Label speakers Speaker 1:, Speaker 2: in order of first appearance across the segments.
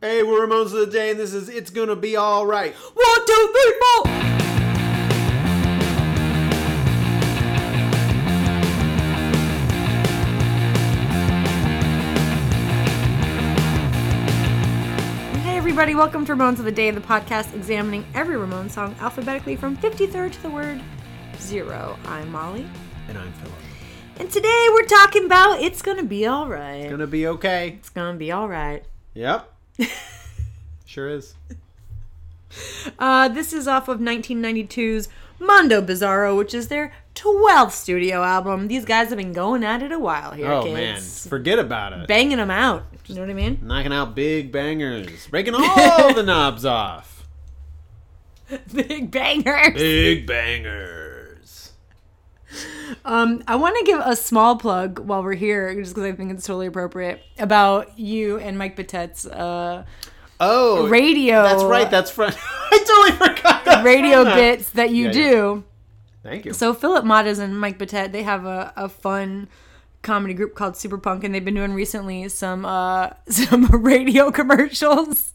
Speaker 1: Hey, we're Ramones of the Day, and this is It's Gonna Be Alright.
Speaker 2: One, two, three, four. Hey, everybody, welcome to Ramones of the Day, the podcast examining every Ramones song alphabetically from 53rd to the word zero. I'm Molly.
Speaker 1: And I'm Philip.
Speaker 2: And today we're talking about It's Gonna Be Alright.
Speaker 1: Gonna be okay.
Speaker 2: It's gonna be alright.
Speaker 1: Yep. sure is.
Speaker 2: Uh, this is off of 1992's Mondo Bizarro, which is their 12th studio album. These guys have been going at it a while here,
Speaker 1: Oh, man.
Speaker 2: kids.
Speaker 1: Forget about it.
Speaker 2: Banging them out. You know what I mean?
Speaker 1: Knocking out big bangers. Breaking all the knobs off.
Speaker 2: Big banger.
Speaker 1: Big bangers.
Speaker 2: Um, I want to give a small plug while we're here, just because I think it's totally appropriate, about you and Mike Batet's uh,
Speaker 1: Oh.
Speaker 2: radio.
Speaker 1: That's right. That's front. I totally forgot. That
Speaker 2: radio
Speaker 1: from that.
Speaker 2: bits that you
Speaker 1: Yeah, yeah.
Speaker 2: do.
Speaker 1: Thank you.
Speaker 2: So Philip Matas and Mike Batet, they have a, a fun comedy group called Super Punk, and they've been doing recently some uh, some radio commercials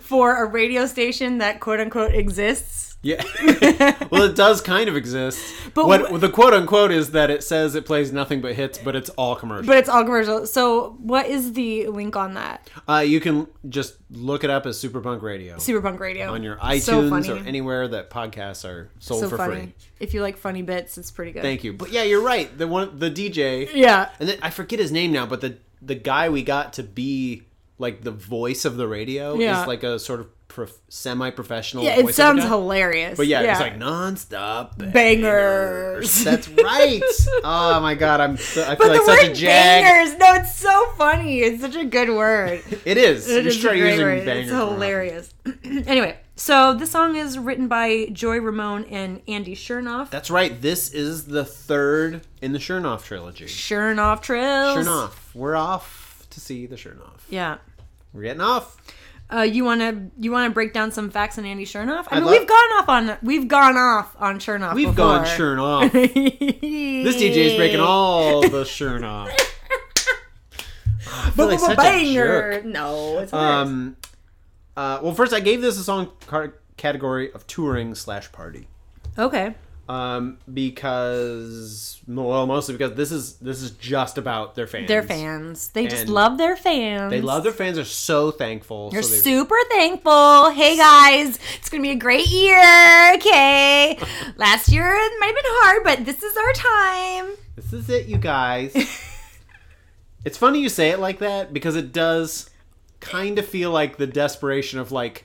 Speaker 2: for a radio station that quote unquote exists.
Speaker 1: Yeah. well, it does kind of exist.
Speaker 2: But
Speaker 1: But
Speaker 2: wh-
Speaker 1: what the quote unquote is that it says it plays nothing but hits, but it's all commercial.
Speaker 2: But it's all commercial. So what is the link on that?
Speaker 1: uh, you can just look it up as Super Punk Radio
Speaker 2: Super Punk Radio.
Speaker 1: on your
Speaker 2: So
Speaker 1: iTunes
Speaker 2: funny.
Speaker 1: or anywhere that podcasts are sold
Speaker 2: so
Speaker 1: for
Speaker 2: funny.
Speaker 1: free.
Speaker 2: If you like funny bits, it's pretty good.
Speaker 1: Thank you. But yeah, you're right. The one, the DJ,
Speaker 2: yeah.
Speaker 1: and then, I forget his name now, but the the guy we got to be like the voice of the radio
Speaker 2: Yeah.
Speaker 1: is like a sort of prof- semi-professional.
Speaker 2: Yeah, it
Speaker 1: voiceover
Speaker 2: sounds
Speaker 1: guy.
Speaker 2: hilarious.
Speaker 1: But yeah, it's like nonstop bangers.
Speaker 2: Bangers.
Speaker 1: That's right. oh my god, I'm so, I feel
Speaker 2: But
Speaker 1: like
Speaker 2: the
Speaker 1: such a
Speaker 2: word
Speaker 1: jag.
Speaker 2: bangers, no, it's so funny. It's such a good word.
Speaker 1: It is.
Speaker 2: It
Speaker 1: You're
Speaker 2: is a
Speaker 1: straight
Speaker 2: great
Speaker 1: using
Speaker 2: word.
Speaker 1: bangers.
Speaker 2: It's
Speaker 1: more often.
Speaker 2: hilarious. anyway, so this song is written by Joy Ramone and Andy Chernoff.
Speaker 1: That's right. This is the third in the Chernoff trilogy.
Speaker 2: Chernoff Trails.
Speaker 1: Chernoff. We're off to see the Chernoff.
Speaker 2: Yeah.
Speaker 1: We're getting off.
Speaker 2: Uh, you wanna you wanna break down some facts on Andy Chernoff? I, mean,
Speaker 1: love-
Speaker 2: we've gone off on we've gone off on Chernoff.
Speaker 1: We've gone Chernoff. This
Speaker 2: this
Speaker 1: DJ is breaking all the Chernoff. Ah, I feel like such a jerk.
Speaker 2: banger. No, it's hilarious.
Speaker 1: Um, uh, well, first I gave this a song car- category of touring slash party.
Speaker 2: okay.
Speaker 1: um, because well, mostly because this is this is just about their fans.
Speaker 2: They're fans. They just
Speaker 1: and
Speaker 2: love their fans.
Speaker 1: They love their fans. Are so thankful.
Speaker 2: They're
Speaker 1: so they-
Speaker 2: super thankful. Hey guys, it's gonna be a great year. Okay, last year it might have been hard, but this is our time.
Speaker 1: this is it, you guys. it's funny you say it like that because it does kind of feel like the desperation of like,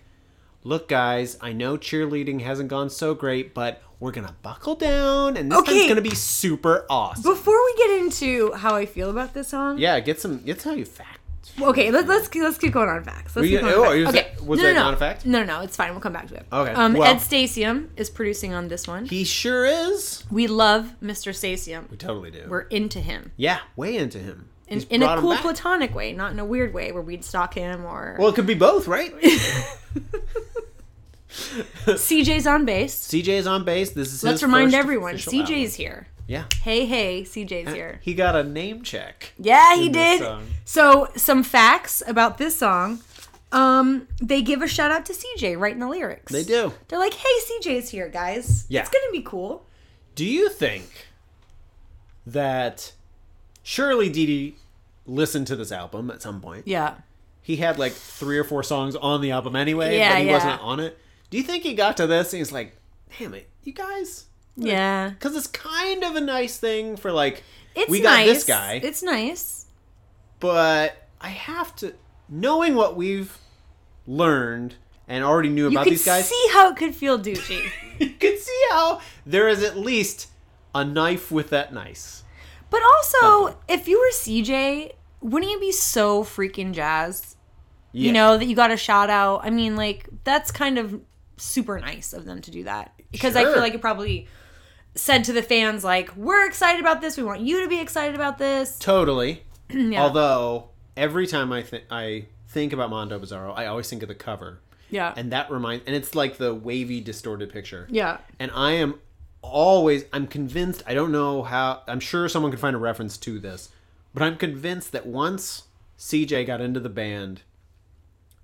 Speaker 1: look, guys, I know cheerleading hasn't gone so great, but we're gonna buckle down, and this
Speaker 2: Okay.
Speaker 1: time's gonna be super awesome.
Speaker 2: Before we get into how I feel about this song,
Speaker 1: yeah, get some. Get how you fact.
Speaker 2: Okay, let, let's let's keep going on facts. Let's
Speaker 1: Were you-
Speaker 2: keep going on
Speaker 1: oh,
Speaker 2: facts.
Speaker 1: is that- was that not a fact?
Speaker 2: No, no, no, it's fine. We'll come back to it.
Speaker 1: Okay,
Speaker 2: Um,
Speaker 1: well-
Speaker 2: Ed Stasium is producing on this one.
Speaker 1: He sure is.
Speaker 2: We love Mr. Stasium.
Speaker 1: We totally do.
Speaker 2: We're into him
Speaker 1: yeah, way into him.
Speaker 2: in,
Speaker 1: He's
Speaker 2: in a
Speaker 1: brought him
Speaker 2: cool
Speaker 1: back.
Speaker 2: platonic way, not in a weird way where we'd stalk him or
Speaker 1: Well, it could be both, right?
Speaker 2: CJ's on bass.
Speaker 1: CJ is on base. This is
Speaker 2: Let's
Speaker 1: his
Speaker 2: remind
Speaker 1: first
Speaker 2: everyone,
Speaker 1: official
Speaker 2: CJ's here.
Speaker 1: album. yeah.
Speaker 2: Hey, hey, CJ's here.
Speaker 1: He got a name check.
Speaker 2: Yeah, he
Speaker 1: in this
Speaker 2: did.
Speaker 1: song.
Speaker 2: So, some facts about this song. Um, they give a shout out to CJ right in the lyrics.
Speaker 1: They do.
Speaker 2: They're like, "Hey, CJ's here, guys.
Speaker 1: Yeah.
Speaker 2: It's gonna be cool."
Speaker 1: Do you think that surely Dee Dee listened to this album at some point?
Speaker 2: Yeah.
Speaker 1: He had like three or four songs on the album anyway,
Speaker 2: Yeah,
Speaker 1: but he
Speaker 2: yeah.
Speaker 1: wasn't on it. Do you think he got to this and he's like, "Damn it, you guys."
Speaker 2: Yeah.
Speaker 1: Because it's kind of a nice thing for like
Speaker 2: It's
Speaker 1: we got
Speaker 2: nice.
Speaker 1: this guy,
Speaker 2: It's nice.
Speaker 1: but I have to knowing what we've learned and already knew
Speaker 2: You
Speaker 1: about
Speaker 2: can
Speaker 1: these guys.
Speaker 2: see how it could feel douchey.
Speaker 1: you can see how there is at least a knife with that nice.
Speaker 2: but also, if you were CJ, wouldn't you be so freaking jazzed? You know, that you got a shout out. I mean, like, that's kind of super nice of them to do that. Because I feel
Speaker 1: Sure.
Speaker 2: like it probably said to the fans, like, we're excited about this. We want you to be excited about this.
Speaker 1: totally.
Speaker 2: Yeah.
Speaker 1: Although every time I think I think about Mondo Bizarro, I always think of the cover,
Speaker 2: yeah.
Speaker 1: and that reminds and it's like the wavy, distorted picture.
Speaker 2: yeah.
Speaker 1: And I am always I'm convinced. I don't know how. I'm sure someone could find a reference to this, but I'm convinced that once CJ got into the band,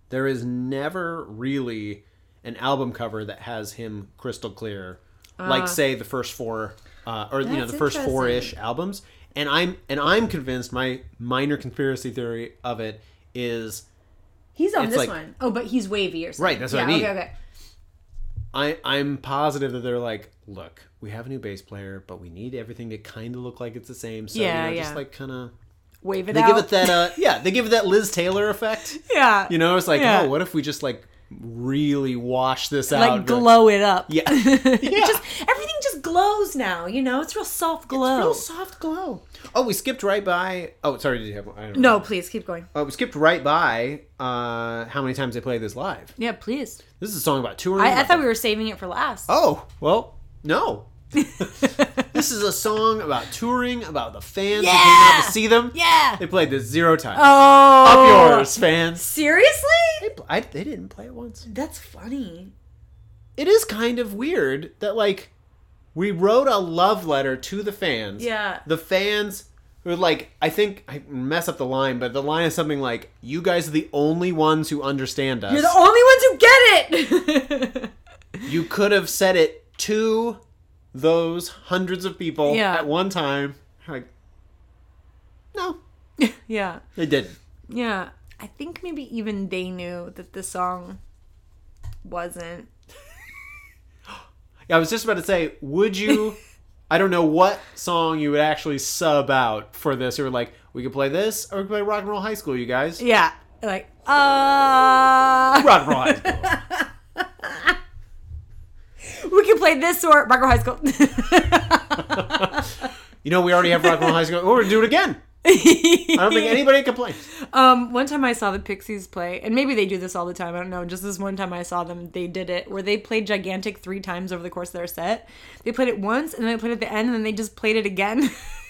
Speaker 1: There is never really an album cover that has him crystal clear, like say the first four, uh, or you know
Speaker 2: That's
Speaker 1: the first four ish albums. And I'm and I'm convinced my minor conspiracy theory of it is
Speaker 2: He's on
Speaker 1: It's
Speaker 2: this
Speaker 1: like-
Speaker 2: one. Oh, but he's wavy or something.
Speaker 1: Right, that's what I
Speaker 2: Yeah,
Speaker 1: mean.
Speaker 2: Okay, okay.
Speaker 1: I I'm positive that they're like, look, we have a new bass player, but we need everything to kind of look like it's the same. So
Speaker 2: Yeah,
Speaker 1: you know,
Speaker 2: yeah.
Speaker 1: just like kind of
Speaker 2: Wave it
Speaker 1: they
Speaker 2: out.
Speaker 1: give it that uh yeah they give it that Liz Taylor effect.
Speaker 2: yeah.
Speaker 1: You know, it's like
Speaker 2: Yeah.
Speaker 1: oh, what if we just like really wash this
Speaker 2: like
Speaker 1: out? and be
Speaker 2: glow it up.
Speaker 1: Yeah.
Speaker 2: It
Speaker 1: Yeah.
Speaker 2: just everything just glows now, you know? It's real soft glow.
Speaker 1: real soft glow. Oh, we skipped right by. Oh, sorry, did you have? I don't
Speaker 2: no, please keep going.
Speaker 1: Uh, we skipped right by uh, how many times they play this live.
Speaker 2: Yeah, please.
Speaker 1: This is a song about touring.
Speaker 2: I, I
Speaker 1: about
Speaker 2: thought we were saving it for last.
Speaker 1: Oh, well, no. this is a song about touring, about the fans who came out
Speaker 2: Yeah!
Speaker 1: to see them.
Speaker 2: Yeah.
Speaker 1: They played this zero times.
Speaker 2: Oh.
Speaker 1: Up yours, fans.
Speaker 2: Seriously?
Speaker 1: They, pl- I, they didn't play it once.
Speaker 2: That's funny.
Speaker 1: It is kind of weird that, like, we wrote a love letter to the fans.
Speaker 2: Yeah.
Speaker 1: The fans were like, I think I mess up the line, but the line is something like, "You guys are the only ones who understand us.
Speaker 2: You're the only ones who get it.
Speaker 1: you could have said it to those hundreds of people
Speaker 2: Yeah.
Speaker 1: at one time." Like, no,
Speaker 2: yeah.
Speaker 1: They didn't.
Speaker 2: Yeah. I think maybe even they knew that the song wasn't.
Speaker 1: I was just about to say, would you? I don't know what song you would actually sub out for this. You were like, we could play this, or we could play Rock and Roll High School, you guys.
Speaker 2: Yeah. Like, uh.
Speaker 1: Rock and Roll High School.
Speaker 2: We can play this or Rock and Roll High
Speaker 1: You know, we already have Rock and Roll High School. Or we'll do it again.
Speaker 2: School.
Speaker 1: I don't think anybody complains.
Speaker 2: Um, one time I saw the Pixies play, and maybe they do this all the time. I don't know. Just this one time I saw them, they did it where they played Gigantic three times over the course of their set. They played it once, and then they played it at the end, and then they just played it again. and it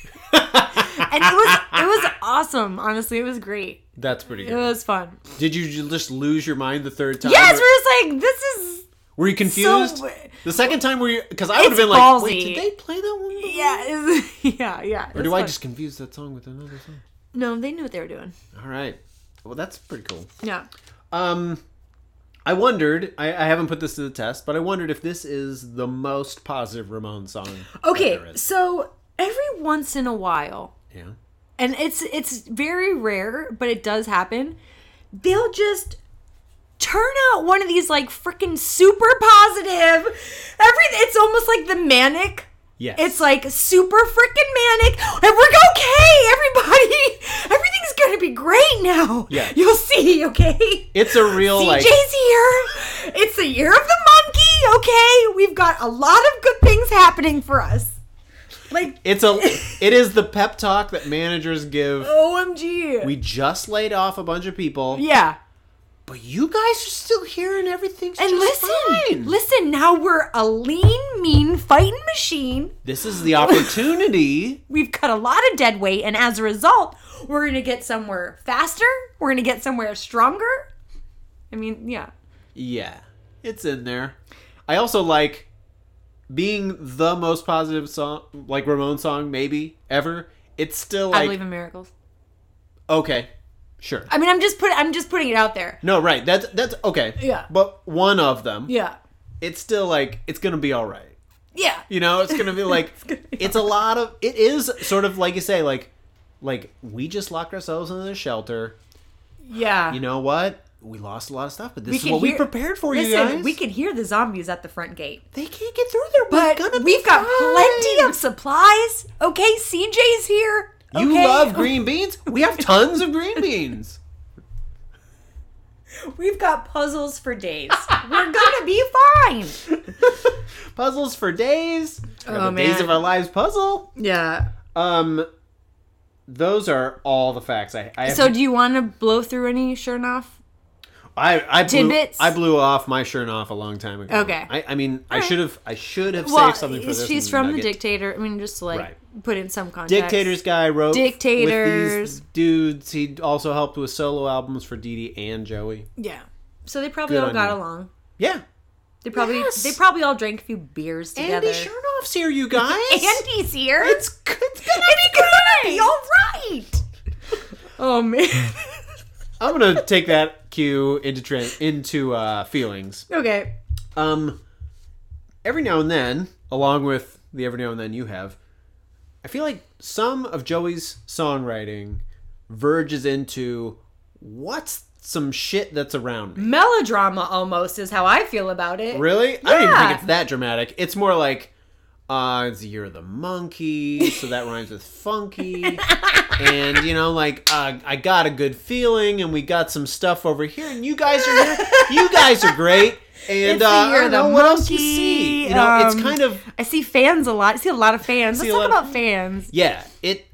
Speaker 2: was it was awesome. Honestly, it was great.
Speaker 1: That's pretty
Speaker 2: It
Speaker 1: good.
Speaker 2: was fun.
Speaker 1: Did you just lose your mind the third time?
Speaker 2: Yes,
Speaker 1: Or-
Speaker 2: we're just like this is
Speaker 1: Were you confused?
Speaker 2: So-
Speaker 1: the second time, were you? Because I would have
Speaker 2: It's
Speaker 1: been like, wait,
Speaker 2: ballsy.
Speaker 1: did they play that one? before?
Speaker 2: yeah, it's, yeah, yeah.
Speaker 1: Or do I just confuse that song with another song?
Speaker 2: no? They knew what they were doing.
Speaker 1: All right. Well, that's pretty cool.
Speaker 2: Yeah.
Speaker 1: Um, I wondered. I, I haven't put this to the test, but I wondered if this is the most positive Ramon song. that
Speaker 2: Okay,
Speaker 1: there is.
Speaker 2: so every once in a while,
Speaker 1: Yeah.
Speaker 2: and it's it's very rare, but it does happen. They'll just turn out one of these like freaking super positive. Every it's almost like the manic.
Speaker 1: Yes.
Speaker 2: It's like super freaking manic. And we're okay, everybody. Everything's gonna be great now.
Speaker 1: Yeah.
Speaker 2: you'll see. Okay.
Speaker 1: it's a real
Speaker 2: CJ's
Speaker 1: like
Speaker 2: here. It's the year of the monkey. Okay, we've got a lot of good things happening for us. Like
Speaker 1: it's a it is the pep talk that managers give.
Speaker 2: OMG.
Speaker 1: We just laid off a bunch of people,
Speaker 2: yeah.
Speaker 1: but you guys are still here and everything's
Speaker 2: And
Speaker 1: just
Speaker 2: listen,
Speaker 1: fine.
Speaker 2: listen, now we're a lean, mean fighting machine.
Speaker 1: This is the opportunity.
Speaker 2: We've cut a lot of dead weight, and as a result, we're gonna get somewhere faster, we're gonna get somewhere stronger. I mean, yeah.
Speaker 1: yeah, it's in there. I also like being the most positive song, like Ramon song, maybe ever. It's still
Speaker 2: I
Speaker 1: like
Speaker 2: believe in miracles.
Speaker 1: Okay, sure.
Speaker 2: I mean I'm just put I'm just putting it out there.
Speaker 1: No, right. That's that's okay.
Speaker 2: Yeah.
Speaker 1: But one of them,
Speaker 2: Yeah.
Speaker 1: it's still like it's gonna be all right.
Speaker 2: Yeah.
Speaker 1: You know, it's gonna be like it's,
Speaker 2: gonna be
Speaker 1: a lot of. It is sort of like you say, like like we just locked ourselves in a shelter.
Speaker 2: Yeah.
Speaker 1: You know what? We lost a lot of stuff, but this
Speaker 2: We
Speaker 1: is
Speaker 2: can
Speaker 1: what
Speaker 2: hear-
Speaker 1: we prepared for you
Speaker 2: Listen,
Speaker 1: guys.
Speaker 2: we could hear the zombies at the front gate.
Speaker 1: They can't get through there,
Speaker 2: But
Speaker 1: we're gonna be
Speaker 2: we've got
Speaker 1: fine.
Speaker 2: plenty of supplies. Okay, CJ's here.
Speaker 1: You
Speaker 2: okay?
Speaker 1: love green beans. We have tons of green beans.
Speaker 2: We've got puzzles for days. We're gonna be fine.
Speaker 1: Puzzles for days. Got
Speaker 2: Oh,
Speaker 1: the Days
Speaker 2: man.
Speaker 1: of our lives puzzle.
Speaker 2: Yeah.
Speaker 1: Um, those are all the facts. I, I have
Speaker 2: So do you want to blow through any sure enough?
Speaker 1: I I blew,
Speaker 2: Tidbits?
Speaker 1: I blew off my shirt off a long time ago.
Speaker 2: Okay.
Speaker 1: I, I mean, I
Speaker 2: right.
Speaker 1: should have I should have
Speaker 2: Well,
Speaker 1: saved something for this.
Speaker 2: she's from
Speaker 1: nugget.
Speaker 2: the dictator. I mean, just to like
Speaker 1: Right.
Speaker 2: put in some context.
Speaker 1: Dictators guy wrote with
Speaker 2: Dictators.
Speaker 1: these dudes. He also helped with solo albums for Dee Dee and Joey.
Speaker 2: Yeah. So they probably
Speaker 1: Good
Speaker 2: all
Speaker 1: on
Speaker 2: got
Speaker 1: you.
Speaker 2: along.
Speaker 1: Yeah,
Speaker 2: They probably
Speaker 1: Yes.
Speaker 2: they probably all drank a few beers together.
Speaker 1: Andy Chernoff's here, you guys.
Speaker 2: Andy's here.
Speaker 1: it's good. It's gonna
Speaker 2: It's
Speaker 1: be good.
Speaker 2: gonna be all right. oh man.
Speaker 1: I'm gonna take that cue into tran into uh, feelings.
Speaker 2: Okay.
Speaker 1: Um, every now and then, along with the every now and then you have, I feel like some of Joey's songwriting verges into what's some shit that's around me.
Speaker 2: Melodrama almost is how I feel about it.
Speaker 1: Really? I don't even
Speaker 2: Yeah.
Speaker 1: think it's that dramatic. It's more like, uh, it's the year of the monkey, so that rhymes with funky. and, you know, like, uh, I got a good feeling, and we got some stuff over here, and you guys are here. You guys are great. And
Speaker 2: It's the
Speaker 1: uh, I
Speaker 2: year
Speaker 1: don't
Speaker 2: of
Speaker 1: know
Speaker 2: the
Speaker 1: what else you
Speaker 2: monkey,
Speaker 1: see. You know, it's
Speaker 2: um,
Speaker 1: kind of
Speaker 2: I see fans a lot. I see a lot of fans.
Speaker 1: See
Speaker 2: Let's
Speaker 1: a
Speaker 2: talk
Speaker 1: lot of-
Speaker 2: about fans.
Speaker 1: yeah it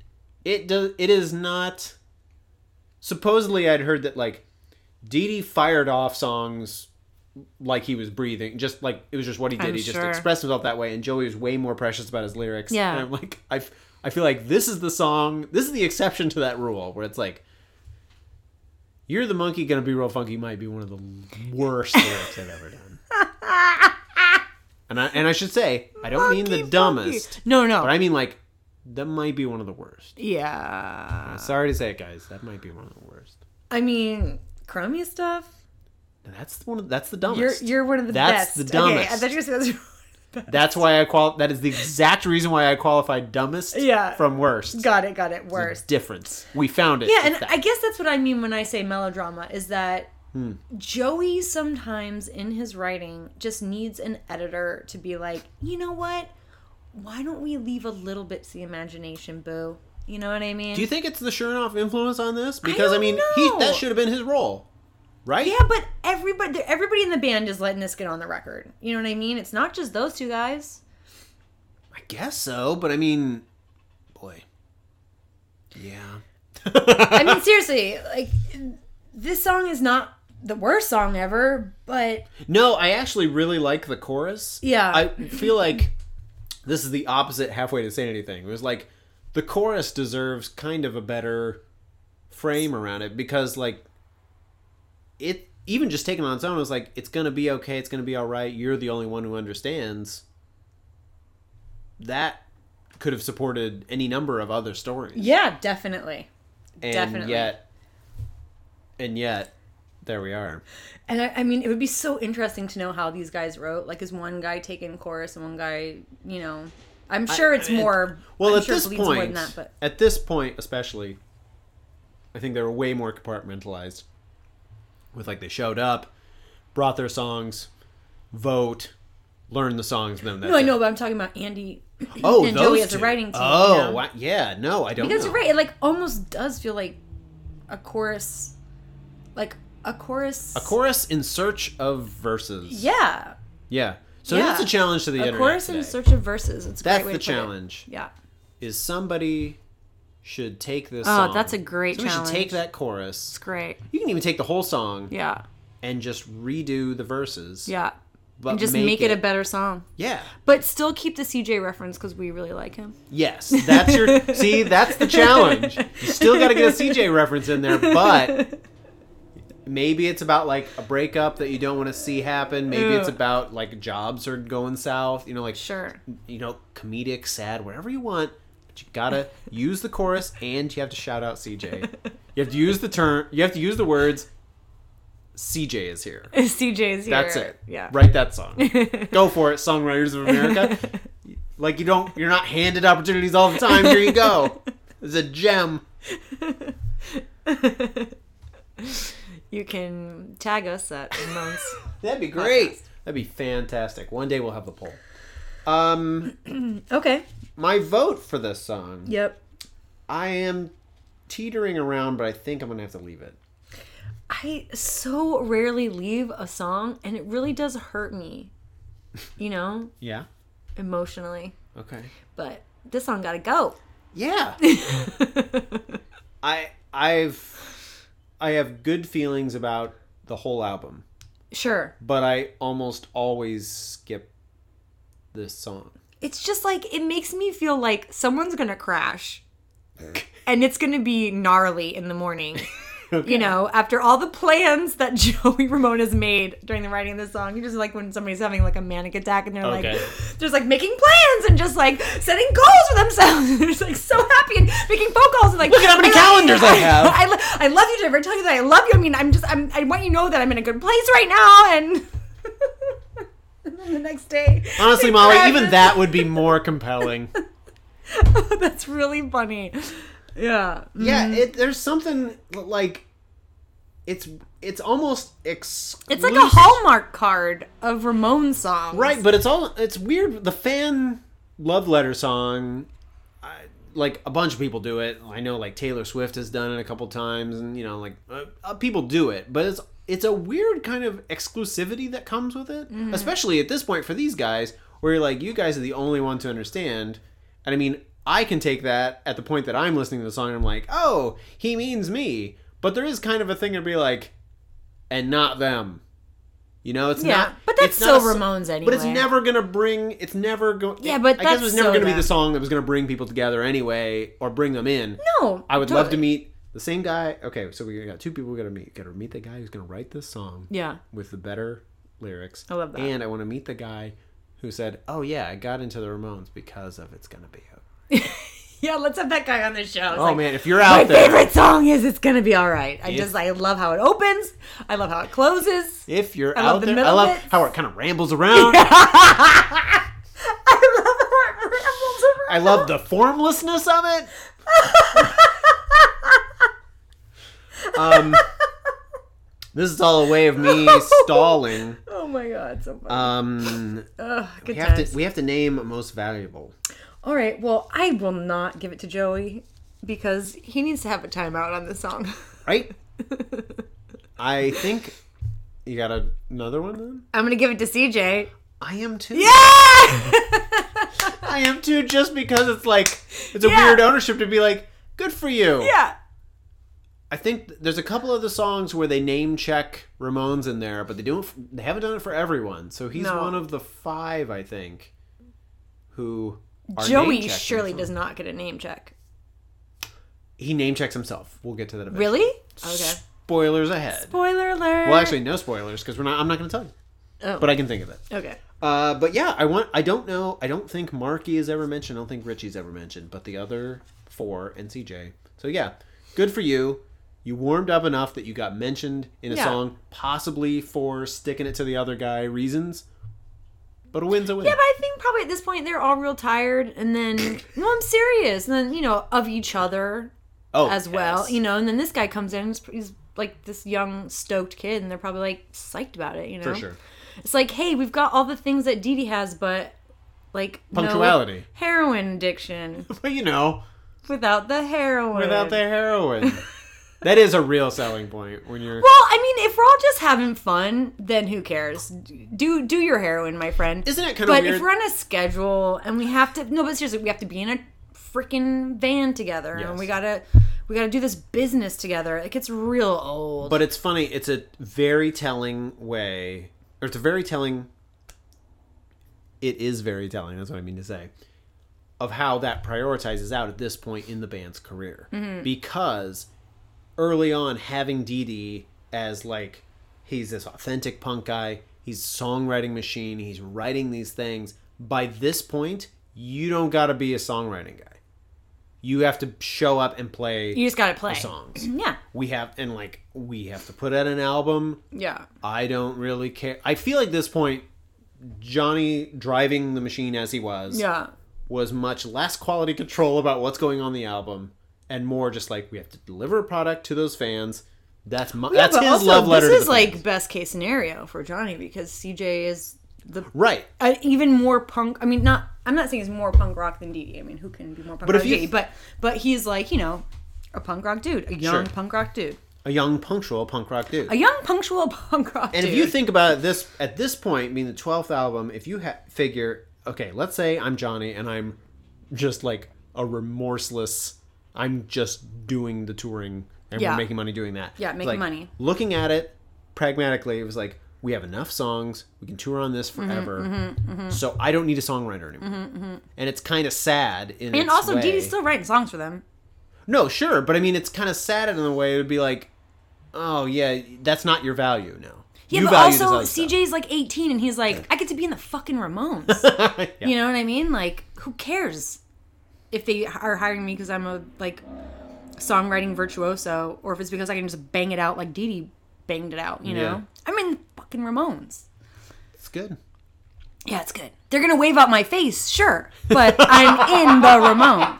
Speaker 1: it does it is not supposedly i'd heard that like Dee Dee fired off songs like he was breathing just like it was just what he did
Speaker 2: I'm
Speaker 1: he just
Speaker 2: sure.
Speaker 1: expressed himself that way and joey was way more precious about his lyrics
Speaker 2: Yeah.
Speaker 1: and i'm like i f- I feel like this is the song this is the exception to that rule where it's like you're the monkey gonna be real funky might be one of the worst lyrics i've ever done and i and i should say i don't mean
Speaker 2: Funky,
Speaker 1: the
Speaker 2: funky.
Speaker 1: dumbest
Speaker 2: No, no.
Speaker 1: but I mean, like, that might be one of the worst. Uh,
Speaker 2: yeah.
Speaker 1: Sorry to say it, guys. That might be one of the worst.
Speaker 2: I mean, crummy stuff.
Speaker 1: And That's one. Of, that's the
Speaker 2: You're
Speaker 1: dumbest.
Speaker 2: you're one of the
Speaker 1: That's
Speaker 2: best.
Speaker 1: the
Speaker 2: Okay, I
Speaker 1: dumbest.
Speaker 2: thought you were gonna say that's
Speaker 1: that's why I qual. That is the exact reason why I qualify dumbest.
Speaker 2: Yeah.
Speaker 1: From worst.
Speaker 2: got it, got it. Worse.
Speaker 1: Difference. We found it.
Speaker 2: Yeah,
Speaker 1: It's
Speaker 2: and
Speaker 1: that.
Speaker 2: I guess that's what I mean when I say melodrama is that
Speaker 1: Hmm.
Speaker 2: Joey sometimes in his writing just needs an editor to be like, you know what? Why don't we leave a little bit to the imagination, boo? You know what I mean?
Speaker 1: Do you think it's the Chernoff influence on this? Because I,
Speaker 2: don't
Speaker 1: mean, he
Speaker 2: know.
Speaker 1: that should have been his role, right?
Speaker 2: yeah, but everybody, everybody in the band is letting this get on the record. You know what I mean? It's not just those two guys.
Speaker 1: I guess so. But I mean, boy. Yeah. I
Speaker 2: I mean, seriously, like this song is not the worst song ever, but
Speaker 1: No, I actually really like the chorus.
Speaker 2: Yeah.
Speaker 1: I feel like this is the opposite halfway to sanity thing. It was like the chorus deserves kind of a better frame around it because like it even just taken on its own it was like it's gonna be okay, it's gonna be alright, you're the only one who understands. That could have supported any number of other stories.
Speaker 2: yeah, definitely.
Speaker 1: and
Speaker 2: definitely.
Speaker 1: yet and yet there we are.
Speaker 2: And I, I mean, it would be so interesting to know how these guys wrote. Like, is one guy taking chorus and one guy, you know? I'm sure it's
Speaker 1: I mean,
Speaker 2: more.
Speaker 1: Well,
Speaker 2: I'm
Speaker 1: at
Speaker 2: sure it
Speaker 1: this
Speaker 2: bleeds more
Speaker 1: point,
Speaker 2: than that, but
Speaker 1: at this point especially, I think they were way more compartmentalized. With like they showed up, brought their songs, vote, learned the songs, and then that's
Speaker 2: no, I
Speaker 1: it.
Speaker 2: know, but I'm talking about Andy
Speaker 1: Oh,
Speaker 2: and
Speaker 1: those
Speaker 2: Joey as a
Speaker 1: two.
Speaker 2: writing team.
Speaker 1: Oh,
Speaker 2: you know?
Speaker 1: I- yeah, no, I don't.
Speaker 2: because
Speaker 1: know.
Speaker 2: you're right. It like almost does feel like a chorus, like a chorus.
Speaker 1: A chorus in search of verses.
Speaker 2: Yeah,
Speaker 1: Yeah. So
Speaker 2: Yeah.
Speaker 1: that's a challenge to the
Speaker 2: a
Speaker 1: internet.
Speaker 2: chorus
Speaker 1: today.
Speaker 2: in search of verses. It's a
Speaker 1: that's
Speaker 2: great way
Speaker 1: the
Speaker 2: to put it.
Speaker 1: challenge.
Speaker 2: Yeah.
Speaker 1: Is somebody should take this.
Speaker 2: Oh,
Speaker 1: song.
Speaker 2: that's a great
Speaker 1: so We should take
Speaker 2: challenge.
Speaker 1: that chorus.
Speaker 2: Great.
Speaker 1: You can even take the whole song
Speaker 2: Yeah.
Speaker 1: and just redo the verses.
Speaker 2: Yeah.
Speaker 1: but
Speaker 2: and just make, it, a better song.
Speaker 1: yeah.
Speaker 2: But still keep the CJ reference because we really like him.
Speaker 1: Yes, that's your see. That's the challenge. You still got to get a CJ reference in there, but maybe it's about like a breakup that you don't want to see happen. Maybe it's
Speaker 2: Ew.
Speaker 1: about like jobs are going south. You know, like
Speaker 2: Sure.
Speaker 1: you know, comedic, sad, whatever you want. But you gotta use the chorus, and you have to shout out CJ. You have to use the term. You have to use the words. CJ is here.
Speaker 2: CJ's here.
Speaker 1: That's it.
Speaker 2: Yeah.
Speaker 1: Write that song. Go for it, songwriters of America. like you don't you're not handed opportunities all the time. Here you go. It's a gem.
Speaker 2: You can tag us at Ramones.
Speaker 1: That'd be great. That'd be fantastic. One day we'll have a poll. Um
Speaker 2: okay.
Speaker 1: my vote for this song.
Speaker 2: Yep.
Speaker 1: I am teetering around, but I think I'm gonna have to leave it.
Speaker 2: I so rarely leave a song, and it really does hurt me, you know,
Speaker 1: Yeah?
Speaker 2: emotionally.
Speaker 1: Okay.
Speaker 2: But this song gotta go.
Speaker 1: Yeah. I I've I have good feelings about the whole album.
Speaker 2: sure.
Speaker 1: but I almost always skip this song.
Speaker 2: It's just like, it makes me feel like someone's gonna crash. And it's gonna be gnarly in the morning, You know, after all the plans that Joey Ramone has made during the writing of this song, you just like when somebody's having like a manic attack and they're
Speaker 3: Okay.
Speaker 2: like, just like making plans and just like setting goals for themselves. they're just like so happy and making phone calls and like,
Speaker 3: Look at how many
Speaker 2: I love you.
Speaker 3: calendars I have.
Speaker 2: I, lo- I love you, Jennifer. Tell you that I love you. I mean, I'm just, I'm, I want you to know that I'm in a good place right now. And, and then the next day,
Speaker 1: Honestly,
Speaker 2: he
Speaker 1: Molly,
Speaker 2: crashes.
Speaker 1: even that would be more compelling.
Speaker 2: That's really funny. Yeah.
Speaker 1: yeah, it, there's something like it's it's almost exclusive.
Speaker 2: It's like a Hallmark card of Ramon songs.
Speaker 1: right? But it's all it's weird. The fan love letter song, I, like a bunch of people do it. I know, like Taylor Swift has done it a couple times, and you know, like uh, uh, people do it. But it's it's a weird kind of exclusivity that comes with it,
Speaker 2: Mm-hmm.
Speaker 1: especially at this point for these guys, where you're like, you guys are the only one to understand. And I mean, I can take that at the point that I'm listening to the song, and I'm like, oh, he means me. But there is kind of a thing to be like, and not them. You know, it's
Speaker 2: Yeah,
Speaker 1: not.
Speaker 2: but that's
Speaker 1: it's not
Speaker 2: still
Speaker 1: a so-
Speaker 2: Ramones
Speaker 1: But it's
Speaker 2: anyway.
Speaker 1: never gonna bring. It's never going.
Speaker 2: Yeah, but
Speaker 1: I guess
Speaker 2: that's
Speaker 1: it was never
Speaker 2: so
Speaker 1: gonna be
Speaker 2: them.
Speaker 1: the song that was gonna bring people together anyway, or bring them in.
Speaker 2: No.
Speaker 1: I would love to
Speaker 2: totally.
Speaker 1: meet the same guy. Okay, so we got two people we gotta meet. Gotta meet the guy who's gonna write this song
Speaker 2: Yeah.
Speaker 1: with the better lyrics. I
Speaker 2: love that.
Speaker 1: And I want to meet the guy who said, "Oh yeah, I got into the Ramones because of it's gonna be." A...
Speaker 2: Yeah, let's have that guy on the show. It's
Speaker 1: Oh
Speaker 2: like,
Speaker 1: man, if you're
Speaker 2: My
Speaker 1: out there,
Speaker 2: favorite song is It's Gonna Be Alright. I just, I love how it opens. I love how it closes.
Speaker 1: if you're
Speaker 2: love
Speaker 1: out
Speaker 2: the
Speaker 1: there, I
Speaker 2: middle
Speaker 1: love
Speaker 2: bits.
Speaker 1: how it kind of rambles around.
Speaker 2: I love how it rambles
Speaker 1: I love the formlessness of it. um, this is all a way of me stalling.
Speaker 2: around. Oh my god, so funny.
Speaker 1: Um,
Speaker 2: Ugh, good
Speaker 1: we have
Speaker 2: times.
Speaker 1: to we have to name most valuable.
Speaker 2: Alright, well, I will not give it to Joey because he needs to have a timeout on this song.
Speaker 1: Right? I think you got a, another one then.
Speaker 2: I'm gonna give it to CJ.
Speaker 1: I am too.
Speaker 2: Yeah!
Speaker 1: I am too. Just because it's like it's a
Speaker 2: Yeah.
Speaker 1: weird ownership to be like, good for you.
Speaker 2: yeah.
Speaker 1: I think th- there's a couple other songs where they name check Ramones in there, but they don't. f- They haven't done it for everyone. So he's
Speaker 2: No.
Speaker 1: one of the five, I think, who are
Speaker 2: Joey
Speaker 1: name-checking
Speaker 2: surely
Speaker 1: for-
Speaker 2: does not get a name check.
Speaker 1: He name checks himself. We'll get to that. Eventually.
Speaker 2: Really? Okay.
Speaker 1: Spoilers ahead.
Speaker 2: Spoiler alert.
Speaker 1: well, actually, no spoilers because we're not. I'm not going to tell you,
Speaker 2: Oh,
Speaker 1: but I can think of it.
Speaker 2: okay.
Speaker 1: Uh, but yeah, I want. I don't know. I don't think Marky is ever mentioned. I don't think Richie's ever mentioned. But the other four and CJ. So yeah, good for you. You warmed up enough that you got mentioned in a
Speaker 2: Yeah.
Speaker 1: song, possibly for sticking it to the other guy reasons. But a win's a win.
Speaker 2: Yeah, but I think probably at this point they're all real tired, and then no, I'm serious. And then you know of each other
Speaker 1: oh,
Speaker 2: as well,
Speaker 1: yes.
Speaker 2: you know. And then this guy comes in, and he's- he's like this young stoked kid, and they're probably like psyched about it, you know.
Speaker 1: for sure.
Speaker 2: It's like, hey, we've got all the things that Dee Dee has, but like no
Speaker 1: Punctuality.
Speaker 2: heroin addiction
Speaker 1: But you know,
Speaker 2: without the heroin,
Speaker 1: without the heroin, that is a real selling point when you're.
Speaker 2: Well, I mean, if we're all just having fun, then who cares? Do do your heroin, my friend.
Speaker 1: Isn't it kinda
Speaker 2: But
Speaker 1: weird-
Speaker 2: if we're on a schedule and we have to, no, but seriously, we have to be in a freaking van together,
Speaker 1: Yes.
Speaker 2: and we gotta we gotta do this business together. It gets real old.
Speaker 1: But it's funny. It's a very telling way, or it's a very telling. It is very telling. That's what I mean to say, of how that prioritizes out at this point in the band's career, because early on having Dee Dee as like he's this authentic punk guy, he's a songwriting machine, he's writing these things. By this point, you don't got to be a songwriting guy. You have to show up and play
Speaker 2: you just gotta play
Speaker 1: songs
Speaker 2: Yeah,
Speaker 1: we have and like we have to put out an album
Speaker 2: yeah,
Speaker 1: i don't really care i feel like this point johnny driving the machine as he was
Speaker 2: yeah.
Speaker 1: was much less quality control about what's going on the album and more just like we have to deliver a product to those fans that's my that's
Speaker 2: yeah, but
Speaker 1: his
Speaker 2: also,
Speaker 1: love letter to
Speaker 2: This is
Speaker 1: the
Speaker 2: like
Speaker 1: fans.
Speaker 2: best case scenario for Johnny because CJ is the
Speaker 1: right
Speaker 2: uh, even more punk. I mean, not. I'm not saying he's more punk rock than Dee Dee. I mean, who can be more punk
Speaker 1: But
Speaker 2: rock
Speaker 1: if
Speaker 2: than
Speaker 1: you-
Speaker 2: Dee Dee? But but he's like you know, a punk rock dude, a young
Speaker 1: Sure.
Speaker 2: punk rock dude,
Speaker 1: a young punctual punk rock dude
Speaker 2: a young punctual punk rock.
Speaker 1: And
Speaker 2: dude.
Speaker 1: if you think about it, this at this point, being the twelfth album, if you ha- figure, okay, let's say I'm Johnny and I'm just like a remorseless. I'm just doing the touring and
Speaker 2: Yeah.
Speaker 1: we're making money doing that.
Speaker 2: Yeah,
Speaker 1: It's
Speaker 2: making
Speaker 1: like,
Speaker 2: money.
Speaker 1: Looking at it pragmatically, it was like we have enough songs. We can tour on this
Speaker 2: Mm-hmm,
Speaker 1: forever. So I don't need a songwriter anymore. And it's kind of sad in
Speaker 2: and
Speaker 1: its
Speaker 2: also E
Speaker 1: way.
Speaker 2: Dee Dee's still writing songs for them.
Speaker 1: No, sure, but I mean, it's kind of sad in a way. It would be like, oh yeah, that's not your value now.
Speaker 2: Yeah,
Speaker 1: you
Speaker 2: but
Speaker 1: value this
Speaker 2: also
Speaker 1: other stuff.
Speaker 2: CJ's like 18 and he's like, I get to be in the fucking Ramones. You know what I mean? Like, who cares if they are hiring me because I'm a like songwriting virtuoso, or if it's because I can just bang it out like Dee Dee banged it out. You know,
Speaker 1: Yeah.
Speaker 2: I'm in the fucking Ramones.
Speaker 1: It's good.
Speaker 2: Yeah, it's good. They're gonna wave out my face, sure, but I'm in the Ramones.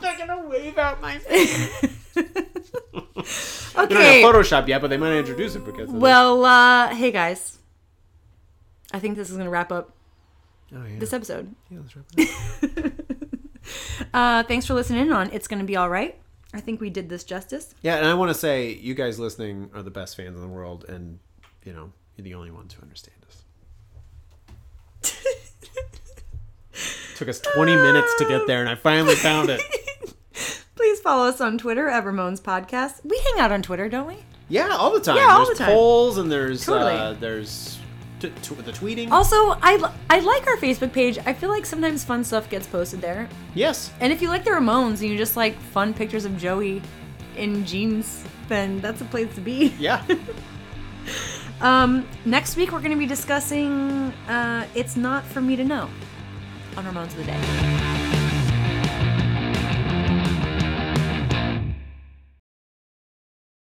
Speaker 1: They're gonna wave out my face. They don't
Speaker 2: Okay.
Speaker 1: have Photoshop yet, but they might introduce it because of
Speaker 2: Well, uh, hey guys, I think this is gonna wrap up
Speaker 1: this. Oh, yeah.
Speaker 2: this episode.
Speaker 1: Yeah, that's right.
Speaker 2: Uh, thanks for listening on. It's gonna be all right. I think we did this justice.
Speaker 1: yeah, and I want to say you guys listening are the best fans in the world, and you know you're the only ones who understand us. Took us 20 minutes to get there, and I finally found it.
Speaker 2: Please follow us on Twitter at Ramones Podcast. We hang out on Twitter, don't we?
Speaker 1: Yeah, all the time.
Speaker 2: Yeah, all
Speaker 1: there's
Speaker 2: the time.
Speaker 1: polls and there's uh,
Speaker 2: Totally. Oh.
Speaker 1: there's t- t- the tweeting.
Speaker 2: Also, I, li- I like our Facebook page. I feel like sometimes fun stuff gets posted there.
Speaker 1: yes,
Speaker 2: And if you like the Ramones and you just like fun pictures of Joey in jeans, then that's a place to be.
Speaker 1: yeah.
Speaker 2: Um, next week, we're going to be discussing uh, It's Not For Me to Know on Ramones of the Day.